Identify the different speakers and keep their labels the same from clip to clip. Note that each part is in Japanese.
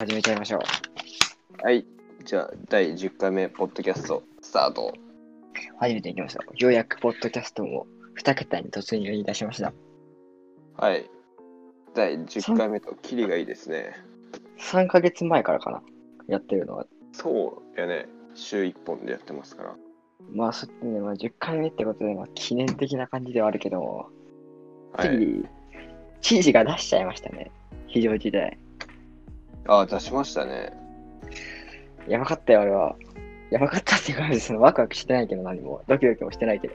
Speaker 1: 始めちゃいましょう。
Speaker 2: はい。じゃあ、第10回目、ポッドキャスト、スタート。
Speaker 1: 初めていきましょう。ようやくポッドキャストも2桁に突入いたしました。
Speaker 2: はい。第10回目と、キリがいいですね。
Speaker 1: 3ヶ月前からかな、やってるのは。
Speaker 2: そうやね。週1本でやってますから。
Speaker 1: まあ、そうですね、まあ、10回目ってことで、まあ、記念的な感じではあるけども、
Speaker 2: はい。
Speaker 1: 次、知事が出しちゃいましたね。非常事態。
Speaker 2: あ、出しましたね。
Speaker 1: やばかったよ、俺は。やばかったっていう感じで、そのワクワクしてないけど、何も。ドキドキもしてないけど。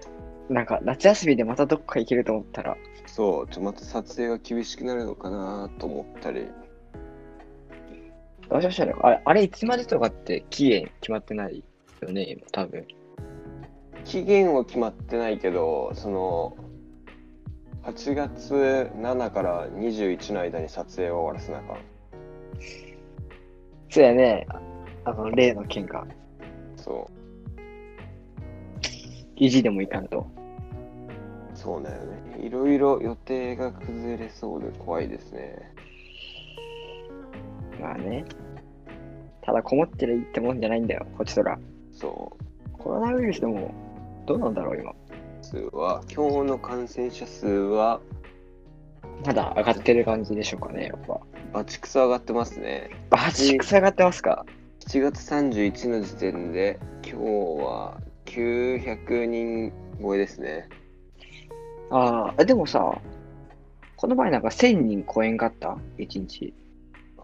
Speaker 1: なんか、夏休みでまたどっか行けると思ったら、
Speaker 2: そう、ちょ、また撮影が厳しくなるのかなと思ったり。
Speaker 1: どうしましょうね。あれ、あれいつまでとかって期限決まってないよね、今、多分。
Speaker 2: 期限は決まってないけど、その、8月7から21の間に撮影を終わらせなあかん。
Speaker 1: そうやね。ああの、例の件が、
Speaker 2: そ
Speaker 1: 意地でもいかんと。
Speaker 2: う、そうだよね。いろいろ予定が崩れそうで怖いですね。
Speaker 1: まあね。ただ、こもってりゃいいってもんじゃないんだよ、こっちとら。
Speaker 2: そう。
Speaker 1: コロナウイルスでも、どうなんだろう、今。
Speaker 2: 数は今日の感染者数は
Speaker 1: まだ上がってる感じでしょうかね、やっぱ。
Speaker 2: バチクソ上がってますね
Speaker 1: バチクソ上がってますか
Speaker 2: 7月31の時点で今日は900人超えですね
Speaker 1: ああ、でもさ、この前なんか1000人超えんかった一日。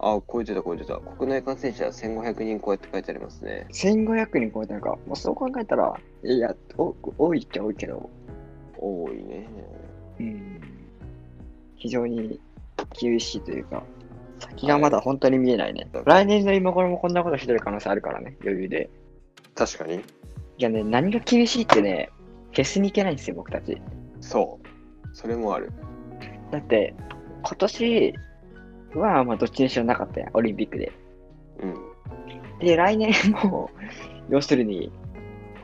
Speaker 2: あ超えてた超えてた国内感染者1500人超えって書いてありますね
Speaker 1: 1500人超えたのか。もうそう考えたら、いや、お多いっちゃ多いけど、
Speaker 2: 多いね
Speaker 1: うん、非常に厳しいというか、先がまだ本当に見えないね。来年の今頃もこんなことひどい可能性あるからね、余裕で。
Speaker 2: 確かに
Speaker 1: いやね、何が厳しいってね、フェスに行けないんですよ、僕たち。
Speaker 2: そうそれもある
Speaker 1: だって、今年はまあどっちにしろなかったやん、オリンピックで。
Speaker 2: うん
Speaker 1: で、来年も、 要するに、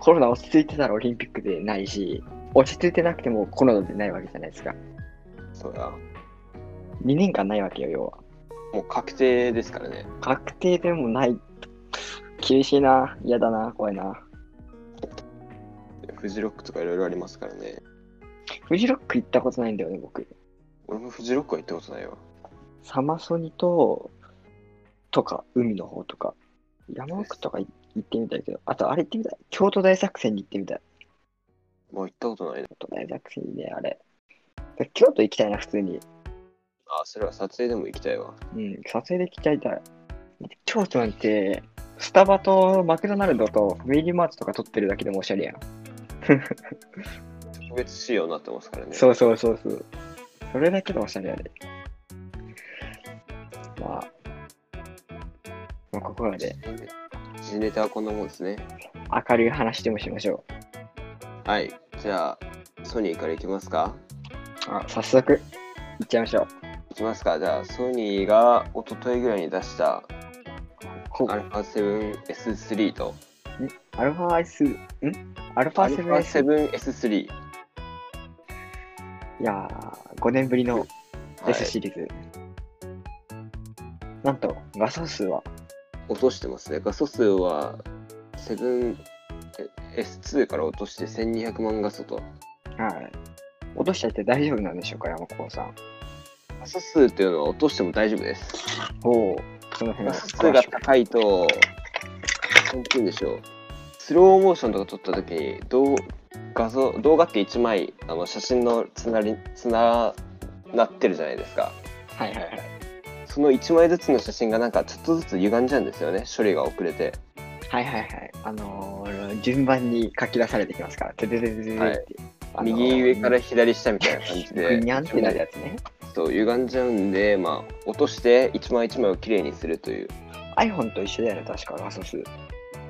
Speaker 1: コロナ落ち着いてたらオリンピックでないし、落ち着いてなくてもコロナでないわけじゃないですか。
Speaker 2: そうや
Speaker 1: 2年間ないわけよ、要は。
Speaker 2: もう確定ですからね
Speaker 1: 確定でもない。厳しいな。嫌だな。怖いな。
Speaker 2: フジロックとかいろいろありますからね
Speaker 1: フジロック行ったことないんだよね、僕。
Speaker 2: 俺もフジロックは行ったことないわ
Speaker 1: サマソニと、とか、海の方とか、山奥とかい行ってみたいけど、あとあれ行ってみたい。京都大作戦に行ってみたい。
Speaker 2: もう行ったことないね
Speaker 1: 京都大作戦にね、あれ。京都行きたいな、普通に。
Speaker 2: あそれは撮影でも行きたいわ
Speaker 1: うん、撮影で行きたいたい。京都なんて、スタバとマクドナルドとファミリーマートとか撮ってるだけでもおしゃれやん。
Speaker 2: 特別仕様になってますからね
Speaker 1: そうそうそうそう。それだけでおしゃれやで。まあ、まあ、ここまで
Speaker 2: 時事ネタはこんなもんですね。
Speaker 1: 明るい話でもしましょう。
Speaker 2: はい。じゃあ、ソニーからいきますか。
Speaker 1: あ早速、いっちゃいましょう。
Speaker 2: いきますか。じゃあ、ソニーが一昨日ぐらいに出した
Speaker 1: ほう
Speaker 2: α7S3 と
Speaker 1: アルファ S、んアルファ 7S。
Speaker 2: α7S3。
Speaker 1: いやー、5年ぶりの
Speaker 2: はい
Speaker 1: S シリーズ。なんと、画素数は、
Speaker 2: 落としてますね。画素数は 7S2 から落として1200万画素と。
Speaker 1: はい。落としちゃって大丈夫なんでしょうか、山子さん。
Speaker 2: 画素数っていうのは落としても大丈夫です。
Speaker 1: おお、その辺は
Speaker 2: 画素数が高いと、なんて言うんでしょう。スローモーションとか撮った時にどう画像動画って1枚あの写真のつなりつななってるじゃないですか
Speaker 1: はいはいはい。
Speaker 2: その1枚ずつの写真がなんかちょっとずつ歪んじゃうんですよね処理が遅れて
Speaker 1: はいはいはい。あのー、順番に書き出されてきますから、てててててて
Speaker 2: はい
Speaker 1: って。あのー
Speaker 2: 右上から左下みたいな感じで
Speaker 1: ぐにゃんってなるやつね。
Speaker 2: そう歪んじゃうんで、まあ、落として1枚1枚をきれいにするという
Speaker 1: iPhone と一緒だよね、確か画素数。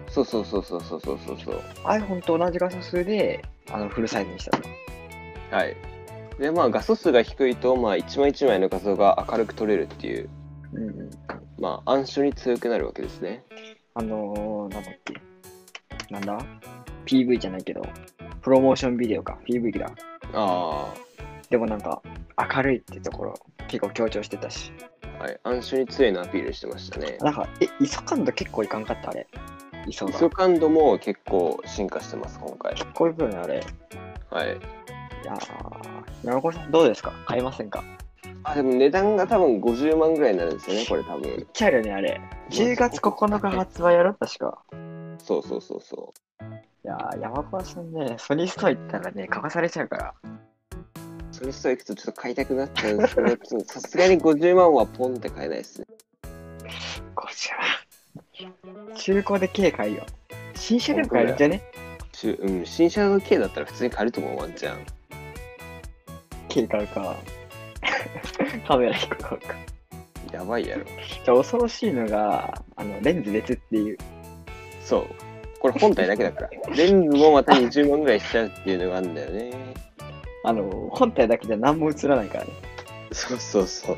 Speaker 2: そうそうそうそうそうそうそうそう
Speaker 1: iPhone と同じ画素数で、あの、フルサイズにしたと。
Speaker 2: はいでまあ画素数が低いと、まあ、1枚1枚の画像が明るく撮れるっていう
Speaker 1: うんうん。
Speaker 2: まあ暗証に強くなるわけですね
Speaker 1: あのー、なんだっけ。なんだ ?PV じゃないけど、プロモーションビデオか、PV だ。
Speaker 2: あ
Speaker 1: でもなんか、明るいってところ、結構強調してたし。
Speaker 2: あはい、暗証に強いのアピールしてましたね。
Speaker 1: なんか、え、磯感度結構いかんかった、あれ。磯
Speaker 2: イ
Speaker 1: が。
Speaker 2: ソ
Speaker 1: 結
Speaker 2: カンドも結構進化してます、今回。
Speaker 1: 構いぶね、あれ。
Speaker 2: はい。
Speaker 1: いやー、山子さんどうですか買いませんか
Speaker 2: あ、でも値段が多分50万ぐらいになるんですよね、これ多
Speaker 1: いっ
Speaker 2: 分。
Speaker 1: ちゃうよね、あれ。10月9日発売やろ、確か。
Speaker 2: そうそうそうそ
Speaker 1: いやー、山子さんね、ソニーストア行ったらね、書かされちゃうから。
Speaker 2: う。それストア行くとちょっと買いたくなっちゃうんですけど、 ちょっとさすがに50万はポンって買えないですね。
Speaker 1: こちら。中古で軽買いよ。新車でも買えるんじゃね
Speaker 2: しゅうん、新車の系だったら普通に買えると思う、ワンチャン。
Speaker 1: 軽買うか。 カメラ1個買うか。
Speaker 2: やばいやろ。
Speaker 1: じゃあ恐ろしいのが、あの、レンズ別っていう。
Speaker 2: そう。これ本体だけだ から。レンズもまた20万ぐらいしちゃうっていうのがあるんだよね。
Speaker 1: あの、本体だけじゃ何も映らないからね。
Speaker 2: そうそうそう。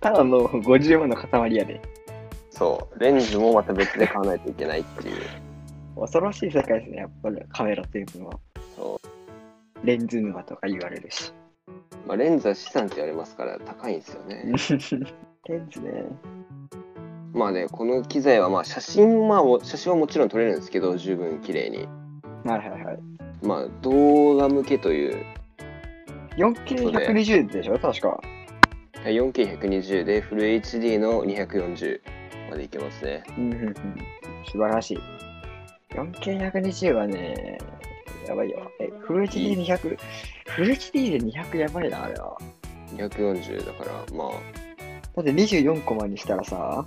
Speaker 1: ただの50万の塊やで。
Speaker 2: そう。レンズもまた別で買わないといけないっていう。
Speaker 1: 恐ろしい世界ですね、やっぱりカメラというのは。
Speaker 2: そ
Speaker 1: レンズ沼とか言われる し。
Speaker 2: う。まあ、レンズは資産って言われますから高いんですよね。
Speaker 1: レンズね。
Speaker 2: まあね、この機材はまあ写真、まあも、写真はもちろん撮れるんですけど、十分綺麗に。
Speaker 1: はいはいはい。
Speaker 2: まあ、動画向けという、
Speaker 1: 4K120 でしょ確か。
Speaker 2: 4K120 でフル HD の240までいけますね。
Speaker 1: うんうんうん。素晴らしい。4K120 はね、やばいよ。え、フル HD200、フル HD で200やばいな、あれは。
Speaker 2: 240だから、まあ、
Speaker 1: だって24コマにしたらさ、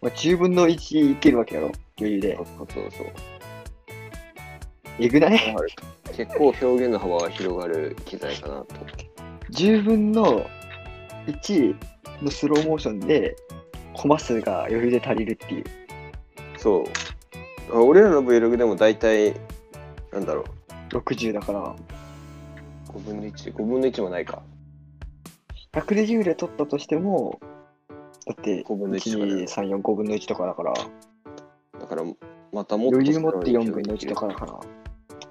Speaker 1: まあ、10分の1いけるわけやろ余裕で
Speaker 2: そう。そうそう。
Speaker 1: えぐない
Speaker 2: 結構表現の幅が広がる機材かなと。
Speaker 1: 10分の1のスローモーションで、コマ数が余裕で足りるっていう。
Speaker 2: そう。俺らの Vlog でも大体、なんだろ
Speaker 1: 60だから、
Speaker 2: う、5分の1、5分の1もないか。
Speaker 1: 120で取ったとしても、だって、
Speaker 2: 5分の1とかだ
Speaker 1: 1、2、
Speaker 2: よ
Speaker 1: 3、4、5分の1とかだから、
Speaker 2: だから、またもっと
Speaker 1: 余裕持って4分の1とかだから、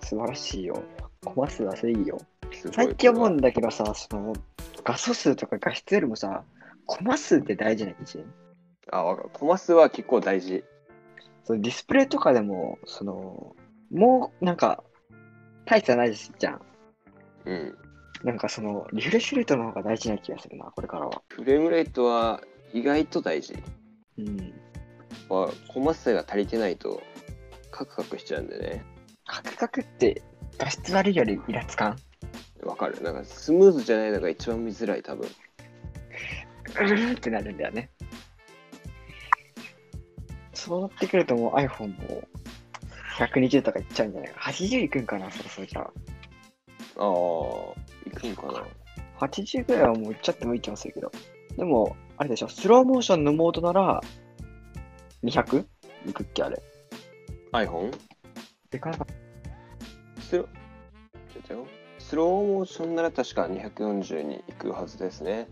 Speaker 1: 素晴らしいよ。コマ数はそれいいよ。
Speaker 2: すごい。
Speaker 1: 最近思うんだけどさ、その画素数とか画質よりもさ、コマ数って大事な基準。
Speaker 2: あ、わかる。コマ数は結構大事。
Speaker 1: そのディスプレイとかでも、その、もうなんか、大差ないじゃん。
Speaker 2: うん。
Speaker 1: なんかその、リフレッシュレートの方が大事な気がするな、これからは。
Speaker 2: フレームレートは意外と大事。
Speaker 1: うん。
Speaker 2: まあ、コマ数が足りてないと、カクカクしちゃうんでね。
Speaker 1: カクカクって、画質悪いよりイラつかん。
Speaker 2: わかる。なんか、スムーズじゃないのが一番見づらい、多分。
Speaker 1: うるんってなるんだよね。そうなってくるともう iPhone も120とかいっちゃうんじゃないか。80いくんかな、そうそうじゃあ。
Speaker 2: ああ、行くんかな。
Speaker 1: 80ぐらいはもういっちゃってもいい気もするけど。でも、あれでしょ、スローモーションのモードなら 200? いくっけ、あれ。
Speaker 2: iPhone?
Speaker 1: いかなかった
Speaker 2: スロちょっとよスローモーションなら確か240に行くはずですね。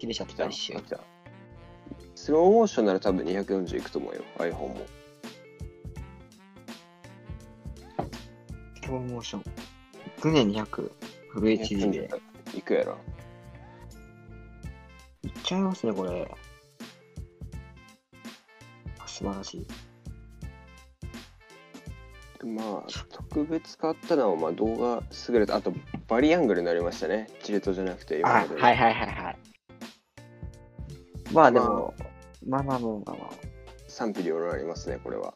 Speaker 1: 切れちゃっ
Speaker 2: 来
Speaker 1: た
Speaker 2: た。
Speaker 1: 一瞬
Speaker 2: あ。来たスローモーションなら多分240行くと思うよ、iPhone も。
Speaker 1: スローモーション。いくね、200。フル HD で。
Speaker 2: 行くやろ。
Speaker 1: いっちゃいますね、これ。あ素晴らしい。
Speaker 2: まあ、特別変わったのは、まあ、動画優れた、あとバリアングルになりましたね。チルトじゃなくて今
Speaker 1: あ
Speaker 2: までの
Speaker 1: はいはいはいはい。まあでも、まあまあまあまあまあ。
Speaker 2: 賛否両論ありますね、これは。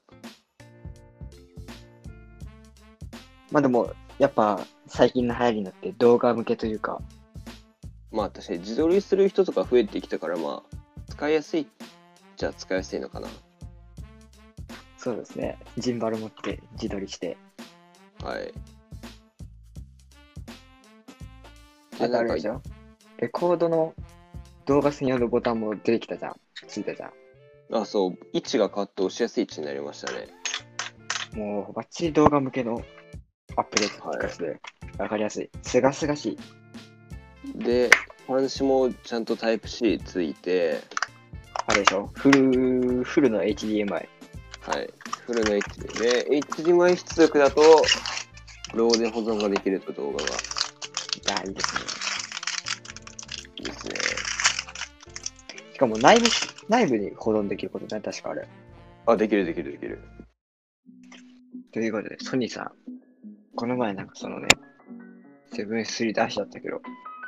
Speaker 1: まあでも、やっぱ最近の流行りになって動画向けというか、
Speaker 2: まあ、確かに自撮りする人とか増えてきたから、まあ、使いやすいじゃあ使いやすいのかな。
Speaker 1: そうですね、ジンバル持って自撮りして。
Speaker 2: はい。
Speaker 1: あとあれでしょレコードの動画専用のボタンも出てきたじゃん。ついたじゃ
Speaker 2: あ、そう、位置が変わって押しやすい位置になりましたね。
Speaker 1: ん。もうバッチリ動画向けのアップデートって感じで、わかりやすい。すがすがしい。
Speaker 2: で、端子もちゃんとタイプ C ついて、
Speaker 1: あれでしょフル、フルの HDMI。
Speaker 2: はい、フルの HD で、HDMI 出力だと、ローで保存ができると動画が。
Speaker 1: いや、いいですね。しかも内部、内部に保存できることだね、確かあれ。
Speaker 2: あ、できるできるできる。
Speaker 1: ということで、ソニーさん、この前なんかそのね、セブンスリーダッシュだったけど、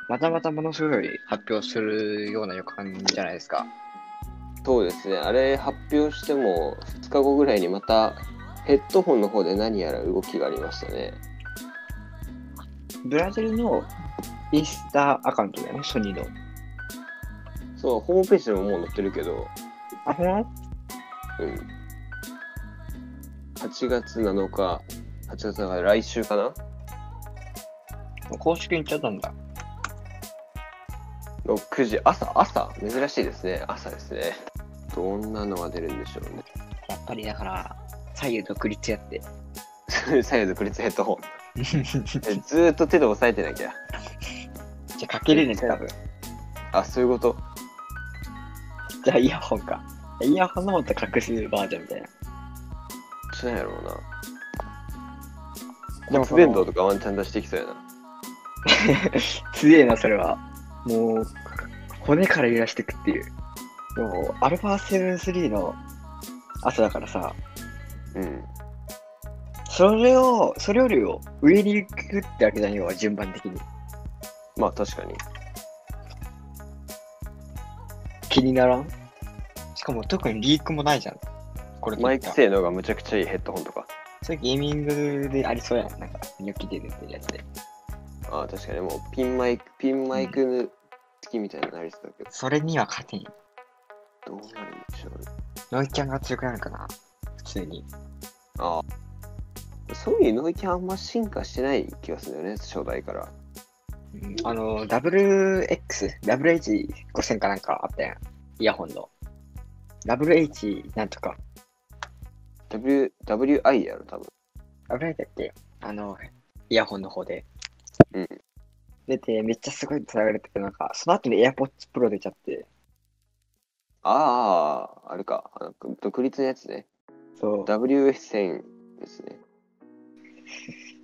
Speaker 1: またまたものすごい発表するような予感じゃないですか。
Speaker 2: そうですね。あれ発表しても2日後ぐらいにまたヘッドホンの方で何やら動きがありましたね。
Speaker 1: ブラジルのインスタアカウントだよね、ソニーの。
Speaker 2: そう、ホームページでももう載ってるけど、
Speaker 1: あ、ほん
Speaker 2: うん。8月7日、8月7日、来週かな
Speaker 1: 公式に行っちゃったんだ。
Speaker 2: 6時朝朝珍しいですね朝ですねどんなのが出るんでしょう
Speaker 1: やっぱりだから、左右独立やって。
Speaker 2: ね 左右独立ヘッドホン
Speaker 1: じ
Speaker 2: えずーっと手で押さえてなきゃ
Speaker 1: ゃあ、かけれねえ多分。
Speaker 2: あそういうこと
Speaker 1: じゃあ、イヤホンか。イヤホンのもっと隠すバージョンみたいな。
Speaker 2: しないやろうな
Speaker 1: でも
Speaker 2: 骨伝導とかワンチャン出してきそうやな
Speaker 1: 強えな、それは。もう、骨から揺らしてくっていう。でも、アルファ73の朝だからさ、
Speaker 2: うん
Speaker 1: それを、それよりを上に行くってわけじゃん、要は順番的に。
Speaker 2: まあ確かに
Speaker 1: 気にならんしかも特にリークもないじゃん。これ
Speaker 2: マイク性能がむちゃくちゃいいヘッドホンとか
Speaker 1: それゲーミングでありそうやん。なんか、ニョキで出てるやつで。
Speaker 2: ああ確かにもうピンマイクピンマイク付きみたいになりそうだけ
Speaker 1: それには勝てん。
Speaker 2: どどうなるんでしょうね
Speaker 1: ノイキャンが強くなるかな普通に。
Speaker 2: ああソニーノイキャンあんま進化してない気がするんだよね初代から
Speaker 1: あの、WX、WH5000 かなんかあったやん。イヤホンの。WH なんとか。
Speaker 2: W WI やろ多分
Speaker 1: WH だっけあの、イヤホンの方で。
Speaker 2: うん。
Speaker 1: 出て、めっちゃすごいって騒がれてて、なんか、その後に AirPods Pro 出ちゃって、
Speaker 2: ああ、あれか。あの独立のやつね。
Speaker 1: そう。
Speaker 2: WS1000 ですね。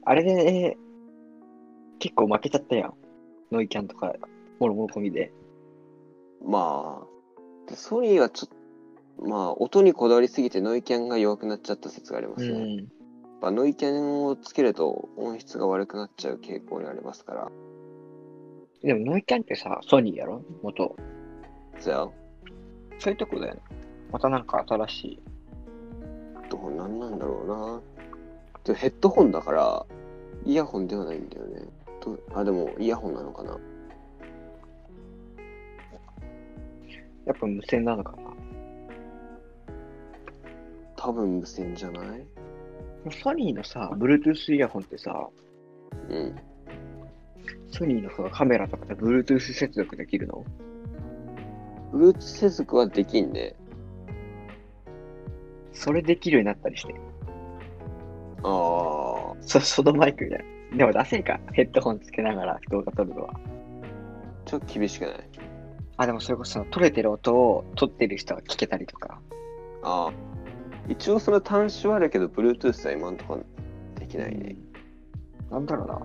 Speaker 1: あれで、ね、結構負けちゃったやん。ノイキャンとか、もろもろ込みで。
Speaker 2: まあ、でソニーはちょっと、まあ、音にこだわりすぎてノイキャンが弱くなっちゃった説がありますね。やっ。ぱノイキャンをつけると音質が悪くなっちゃう傾向にありますから。
Speaker 1: でもノイキャンってさ、ソニーやろ元。
Speaker 2: じゃあ、
Speaker 1: そういうとこだよね。またなんか新しい。
Speaker 2: どうなんなんだろうな。でもヘッドホンだから、イヤホンではないんだよね。どうあ、でもイヤホンなのかな。
Speaker 1: やっぱ無線なのかな。
Speaker 2: 多分無線じゃない
Speaker 1: ソニーのさ、Bluetooth イヤホンってさ、
Speaker 2: うん。
Speaker 1: ソニーのさカメラとかで Bluetooth 接続できるの
Speaker 2: ブルーツ接続はできんね。
Speaker 1: それできるようになったりして。
Speaker 2: ああ。
Speaker 1: そそのマイクみたいな。でも出せるか。ヘッドホンつけながら動画撮るのは。
Speaker 2: ちょっと厳しくない
Speaker 1: あ、でもそれこそその撮れてる音を撮ってる人は聞けたりとか。
Speaker 2: ああ。一応その端子はあるけど、Bluetooth は今んとこできないね。
Speaker 1: なんだろうな。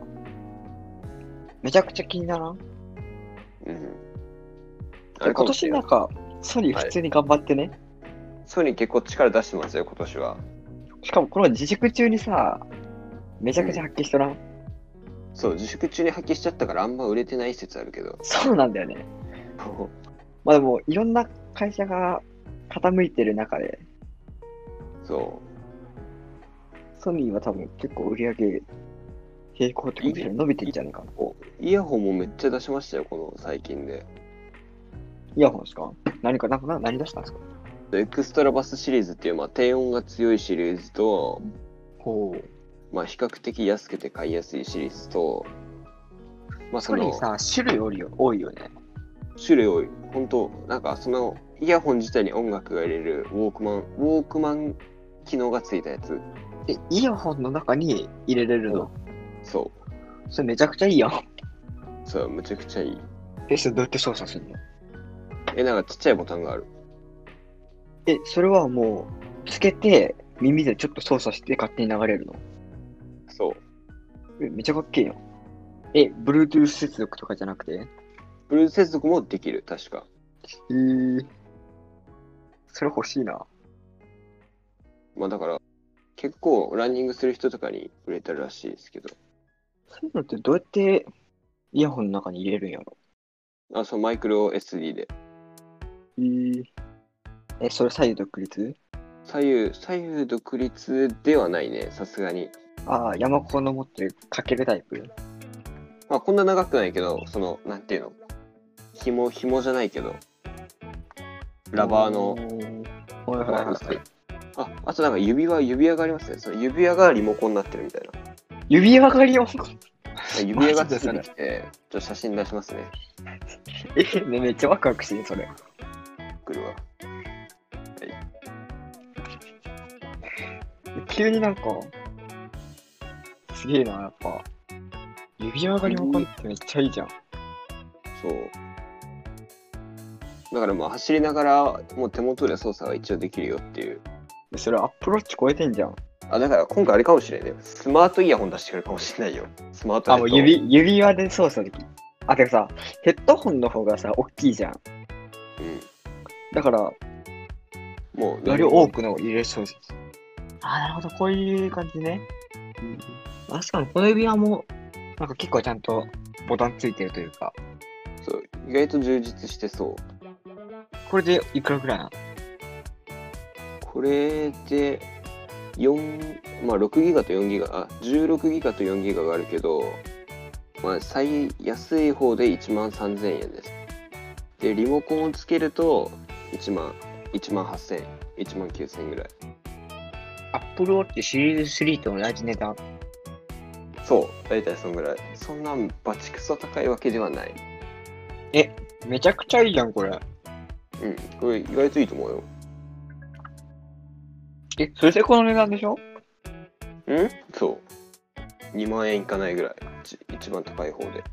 Speaker 1: めちゃくちゃ気にならん
Speaker 2: うん。
Speaker 1: 今年なん
Speaker 2: か。
Speaker 1: か、ソニー普通に頑張ってね。
Speaker 2: ソニー結構力出してますよ、今年は。
Speaker 1: しかもこの自粛中にさ、めちゃくちゃ発揮しとらん。
Speaker 2: そう、自粛中に発揮しちゃったからあんま売れてない説あるけ ど。
Speaker 1: そうなんだよね。まあでも、いろんな会社が傾いてる中で、
Speaker 2: そ
Speaker 1: ソニーは多分結構売り上げ平行ってことで伸びていっちゃうのかな。
Speaker 2: う。おイヤホンもめっちゃ出しましたよ、この最近で。
Speaker 1: イヤホンですか何か、なんかな何出したんですか
Speaker 2: エクストラバスシリーズっていう、まあ、低音が強いシリーズと、
Speaker 1: ほう。
Speaker 2: まあ、比較的安くて買いやすいシリーズと、まあ、そ
Speaker 1: ソ
Speaker 2: の
Speaker 1: ニーさ、種類多いよ多いよね。
Speaker 2: 種類多い本当なんかそのイヤホン自体に音楽が入れるウォークマンウォークマン機能がついたやつ
Speaker 1: え、イヤホンの中に入れれるの、
Speaker 2: そ
Speaker 1: それめちゃくちゃいいやん。
Speaker 2: うそうむちゃくちゃいい
Speaker 1: え、それどうやって操作するの
Speaker 2: えなんかちっちゃいボタンがある
Speaker 1: え、それはもう、つけて、耳でちょっと操作して勝手に流れるの
Speaker 2: そう
Speaker 1: え、めちゃかっけえよ。え、Bluetooth 接続とかじゃなくて
Speaker 2: Bluetooth 接続もできる確か
Speaker 1: えー、それ欲しいな。
Speaker 2: まあだから、結構ランニングする人とかに売れてるらしいですけど、
Speaker 1: そういうのってどうやってイヤホンの中に入れるんやろ
Speaker 2: あ、そう、マイクロ SD で。
Speaker 1: えー、え、それ左右独立
Speaker 2: 左右、左右独立ではないね、さすがに。
Speaker 1: ああ、山子の持ってるかけるタイプ
Speaker 2: まあこんな長くないけど、その、なんていうの紐、紐じゃないけど、ラバーの、
Speaker 1: おー。はいはい
Speaker 2: まあ
Speaker 1: はい
Speaker 2: 薄いあ、あとなんか指輪、指輪がありますね。その指輪がリモコンになってるみたいな。
Speaker 1: 指輪がりよ。
Speaker 2: 指輪がついてきて、ちょっと写真出しますね、
Speaker 1: え、ね、めっちゃワクワクしてん、それ。
Speaker 2: 来るわ。
Speaker 1: 急になんか、すげえな、やっぱ。指輪がりもこんってめっちゃいいじゃん。
Speaker 2: そう。だからまあ走りながら、もう手元で操作は一応できるよっていう。
Speaker 1: それアップローチ超えてんじゃん。
Speaker 2: あ、だから今回あれかもしれないね。スマートイヤホン出してくるかもしれないよ。スマート
Speaker 1: あ、
Speaker 2: ヘ
Speaker 1: もう
Speaker 2: ッド
Speaker 1: 指、指輪で操作できる。あ、てかさ、ヘッドホンの方がさ、大きいじゃん。だから、
Speaker 2: うん。もう、
Speaker 1: より多くの入れそうです。あ、なるほど、こういう感じね。うん。確かに、この指輪も、なんか結構ちゃんとボタンついてるというか、
Speaker 2: そう。意外と充実してそう。
Speaker 1: これでいくらぐらいなの
Speaker 2: これで、4、まあ6ギガと4ギガ、あ、16ギガと4ギガがあるけど、まあ最安い方で1万3000円です。で、リモコンをつけると、1万、1万8000円、1万9000円ぐらい。
Speaker 1: アップルウォッチシリーズ3と同じ値段。
Speaker 2: そう、大体そんぐらい。そんなバチクソ高いわけではない。
Speaker 1: めちゃくちゃいいじゃん、これ。
Speaker 2: うん、これ意外といいと思うよ。
Speaker 1: え、それでこの値段でしょ
Speaker 2: うんそう。2万円いかないぐらい。ち一番高い方で。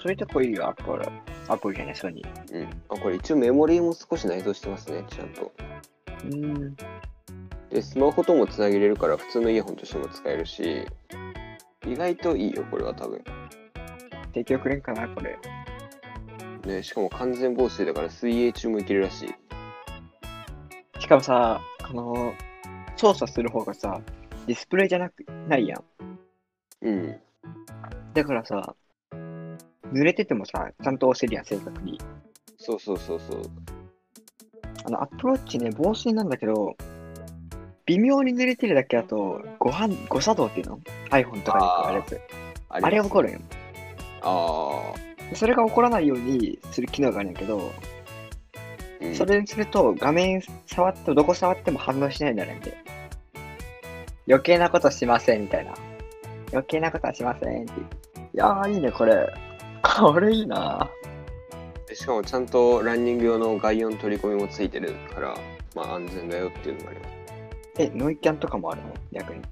Speaker 1: それでこいいよ、アップル。アップルじゃない、ソニー。
Speaker 2: うん。あ、これ一応メモリーも少し内蔵してますね、ちゃんと。
Speaker 1: うん。
Speaker 2: で、スマホともつなげれるから、普通のイヤホンとしても使えるし、意外といいよ、これは多分。
Speaker 1: 提供くれんかな、これ。
Speaker 2: ね、しかも完全防水だから水泳中もいけるらしい。
Speaker 1: しかもさ、この、操作する方がさ、ディスプレイじゃなく、ないやん。
Speaker 2: うん。
Speaker 1: だからさ、濡れててもさ、ちゃんと押せるやん、正確に。
Speaker 2: そうそうそうそう。
Speaker 1: あの、アップローチね、防水なんだけど、微妙に濡れてるだけだと、誤判、誤作動っていうの ?iPhone とかでよくあるやつ。
Speaker 2: あ
Speaker 1: あれ起こ
Speaker 2: る。
Speaker 1: るんよ。
Speaker 2: あ
Speaker 1: それが起こらないようにする機能があるんやけど、
Speaker 2: あ。うん
Speaker 1: それにすると画面触ってもどこ触っても反応しないんだねんで余計なことしませんみたいな余計なことはしませんっていやーいいねこれこれいいな
Speaker 2: でしかもちゃんとランニング用の外音取り込みもついてるから、まあ安全だよっていうのもあります。
Speaker 1: えノイキャンとかもあるの逆に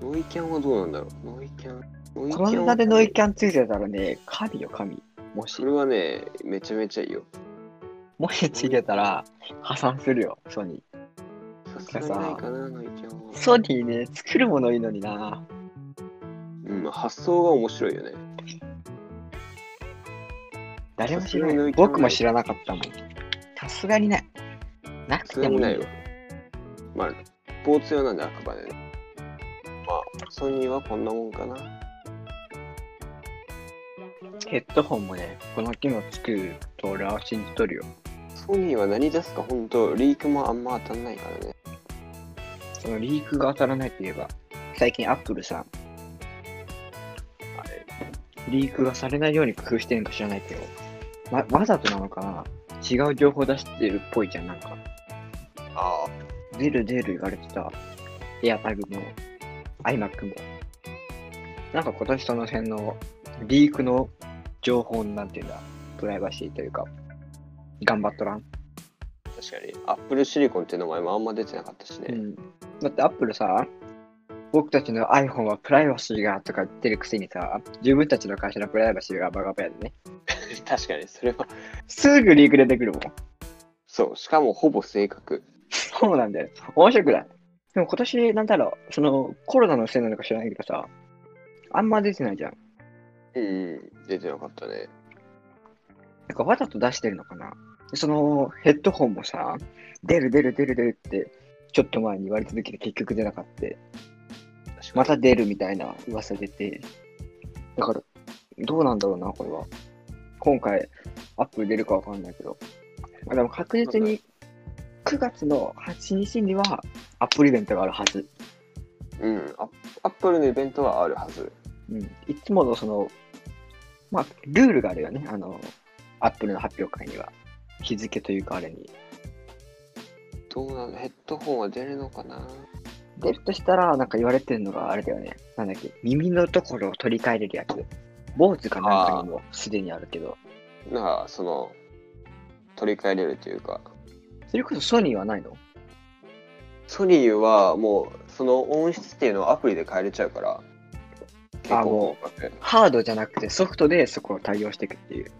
Speaker 2: ノイキャンはどうなんだろうノイキャンノイキャン
Speaker 1: こんなでノイキャンついてたらね神よ神もし
Speaker 2: それはね、めちゃめちゃいいよ。
Speaker 1: もしついてたら破産するよソニー
Speaker 2: さすがにないかな、ノイキャンは。
Speaker 1: ソニーね作るものいいのにな
Speaker 2: うん、発想が面白いよね。
Speaker 1: 誰も知ら
Speaker 2: さすがに
Speaker 1: な
Speaker 2: ノ
Speaker 1: い
Speaker 2: イキャンは
Speaker 1: 僕も知らなかったもんさすがにないな
Speaker 2: さ
Speaker 1: くて
Speaker 2: すがに
Speaker 1: も
Speaker 2: ない
Speaker 1: い
Speaker 2: い
Speaker 1: よ
Speaker 2: よ。まあ、スポーツ用なんであくまでね。まあ、ソニーはこんなもんかな。
Speaker 1: ヘッドホンもね、この機能つくと俺は信じとるよ。
Speaker 2: ソニーは何出すか本当リークもあんま当たんないからね。
Speaker 1: そのリークが当たらないといえば、最近アップルさん、
Speaker 2: あれ
Speaker 1: リークがされないように工夫してるのか知らないけど、ま、わざとなのかな違う情報出してるっぽいじゃん、なんか。
Speaker 2: ああ。
Speaker 1: 出る出る言われてた、AirTag も、iMac も。なんか今年その辺の、リークの情報のなんていうんだ、プライバシーというか、頑張っとらん。
Speaker 2: 確かに。アップルシリコンっていう名前もあんま出てなかったしね。
Speaker 1: うんだってアップルさ、僕たちの iPhone はプライバシーがとか言ってるくせにさ、自分たちの会社のプライバシーがバカバカでね。
Speaker 2: 確かに、それは。
Speaker 1: すぐリーク出てくるもん。
Speaker 2: そう、しかもほぼ正確。
Speaker 1: そうなんだよ。面白くない。でも今年、なんだろう、そのコロナのせいなのか知らないけどさ、あんま出てないじゃん。
Speaker 2: うん、出てなかったね。
Speaker 1: なんかわざと出してるのかなそのヘッドホンもさ、出る出る出る出るって、ちょっと前に言われ続けて結局出なかった。また出るみたいな噂出て、だから、どうなんだろうな、これは。今回、アップル出るかわかんないけど。まあ、でも確実に9月の8日にはアップルイベントがあるはず。
Speaker 2: うん。アッアップルのイベントはあるはず。
Speaker 1: うん、いつものその、まあ、ルールがあるよね、あの、アップルの発表会には。日付というか、あれに。
Speaker 2: どうなのヘッドホンは出るのかな
Speaker 1: 出るとしたら、なんか言われてるのがあれだよね。なんだっけ、耳のところを取り替えれるやつ。坊主かなんかにもすでにあるけど、
Speaker 2: なんか、その、取り替えれるというか。
Speaker 1: それこそソニーはないの
Speaker 2: ソニーはもう、その音質っていうのをアプリで変えれちゃうから、結
Speaker 1: あも
Speaker 2: 構高額
Speaker 1: ハードじゃなくてソフトでそこを対応していくっていう。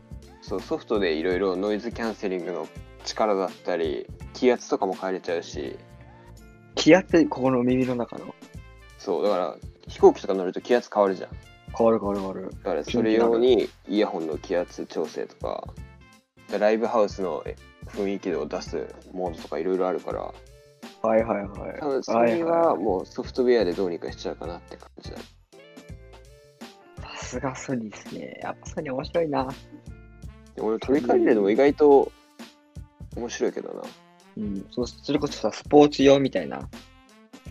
Speaker 2: そうソフトでいろいろノイズキャンセリングの力だったり気圧とかも変えれちゃうし
Speaker 1: 気圧、ここの耳の中の。
Speaker 2: そうだから飛行機とか乗ると気圧変わるじゃん
Speaker 1: 変わる変わる変わる。
Speaker 2: だからそれ用にイヤホンの気圧調整とかでライブハウスのえ雰囲気を出すモードとかいろいろあるから
Speaker 1: はいはいはい。
Speaker 2: 多分それ
Speaker 1: い
Speaker 2: はい
Speaker 1: い
Speaker 2: もうソフトウェアでどうにかしちゃうかなって感じだ
Speaker 1: さすがソニーですね。やっぱソニー面白いな。
Speaker 2: で俺取り替えるのも意外と面白いけどな
Speaker 1: うん、そうそれこそさ、スポーツ用みたいな。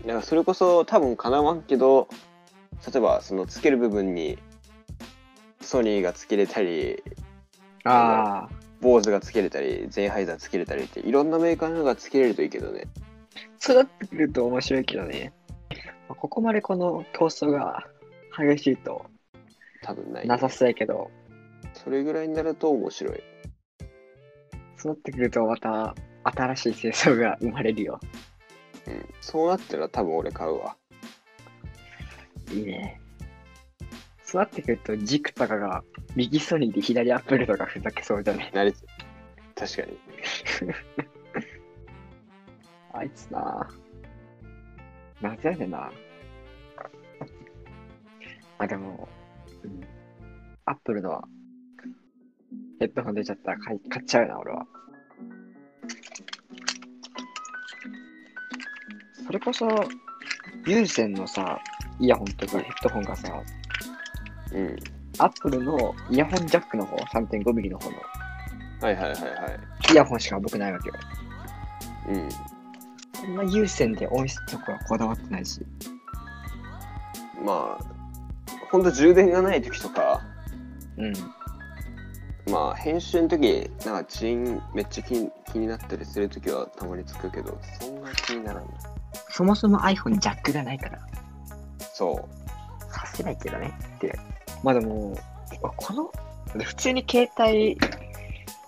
Speaker 2: なんかそれこそ多分かなわんけど例えばそのつける部分にソニーがつけれたり
Speaker 1: ああ、
Speaker 2: 坊主がつけれたりゼンハイザーつけれたりっていろんなメーカーのがつけれるといいけどね
Speaker 1: そうなってくると面白いけどね。まあここまでこの競争が激しいと
Speaker 2: 多分ない
Speaker 1: なさそうやけど、
Speaker 2: それぐらいになると面白い
Speaker 1: そうなってくるとまた新しい戦争が生まれるよ。
Speaker 2: うんそうなったら多分俺買うわ
Speaker 1: いいね。そうなってくると軸とかが右ソニーで左アップルとかふざけそうじゃね。
Speaker 2: なり確かに
Speaker 1: あいつなぁ。なぜやねんな。あ、でも、うん。アップルのヘッドホン出ちゃったら買い買っちゃうな、俺は。それこそ、有線のさ、イヤホンとかヘッドホンがさ、
Speaker 2: うん
Speaker 1: アップルのイヤホンジャックの方、3.5ミリの方の
Speaker 2: はいはいはいはい
Speaker 1: イヤホンしか僕ないわけよ。
Speaker 2: うん
Speaker 1: そんな有線で音質とかはこだわってないし。
Speaker 2: まあほんと充電がない時とか
Speaker 1: うん。
Speaker 2: まあ編集の時なんか遅延めっちゃ気に気になったりする時はたまにつくけどそんな気にならない
Speaker 1: そもそも iPhone ジャックがないから、
Speaker 2: そ
Speaker 1: させないけどねって。まあでも、この、普通に携帯、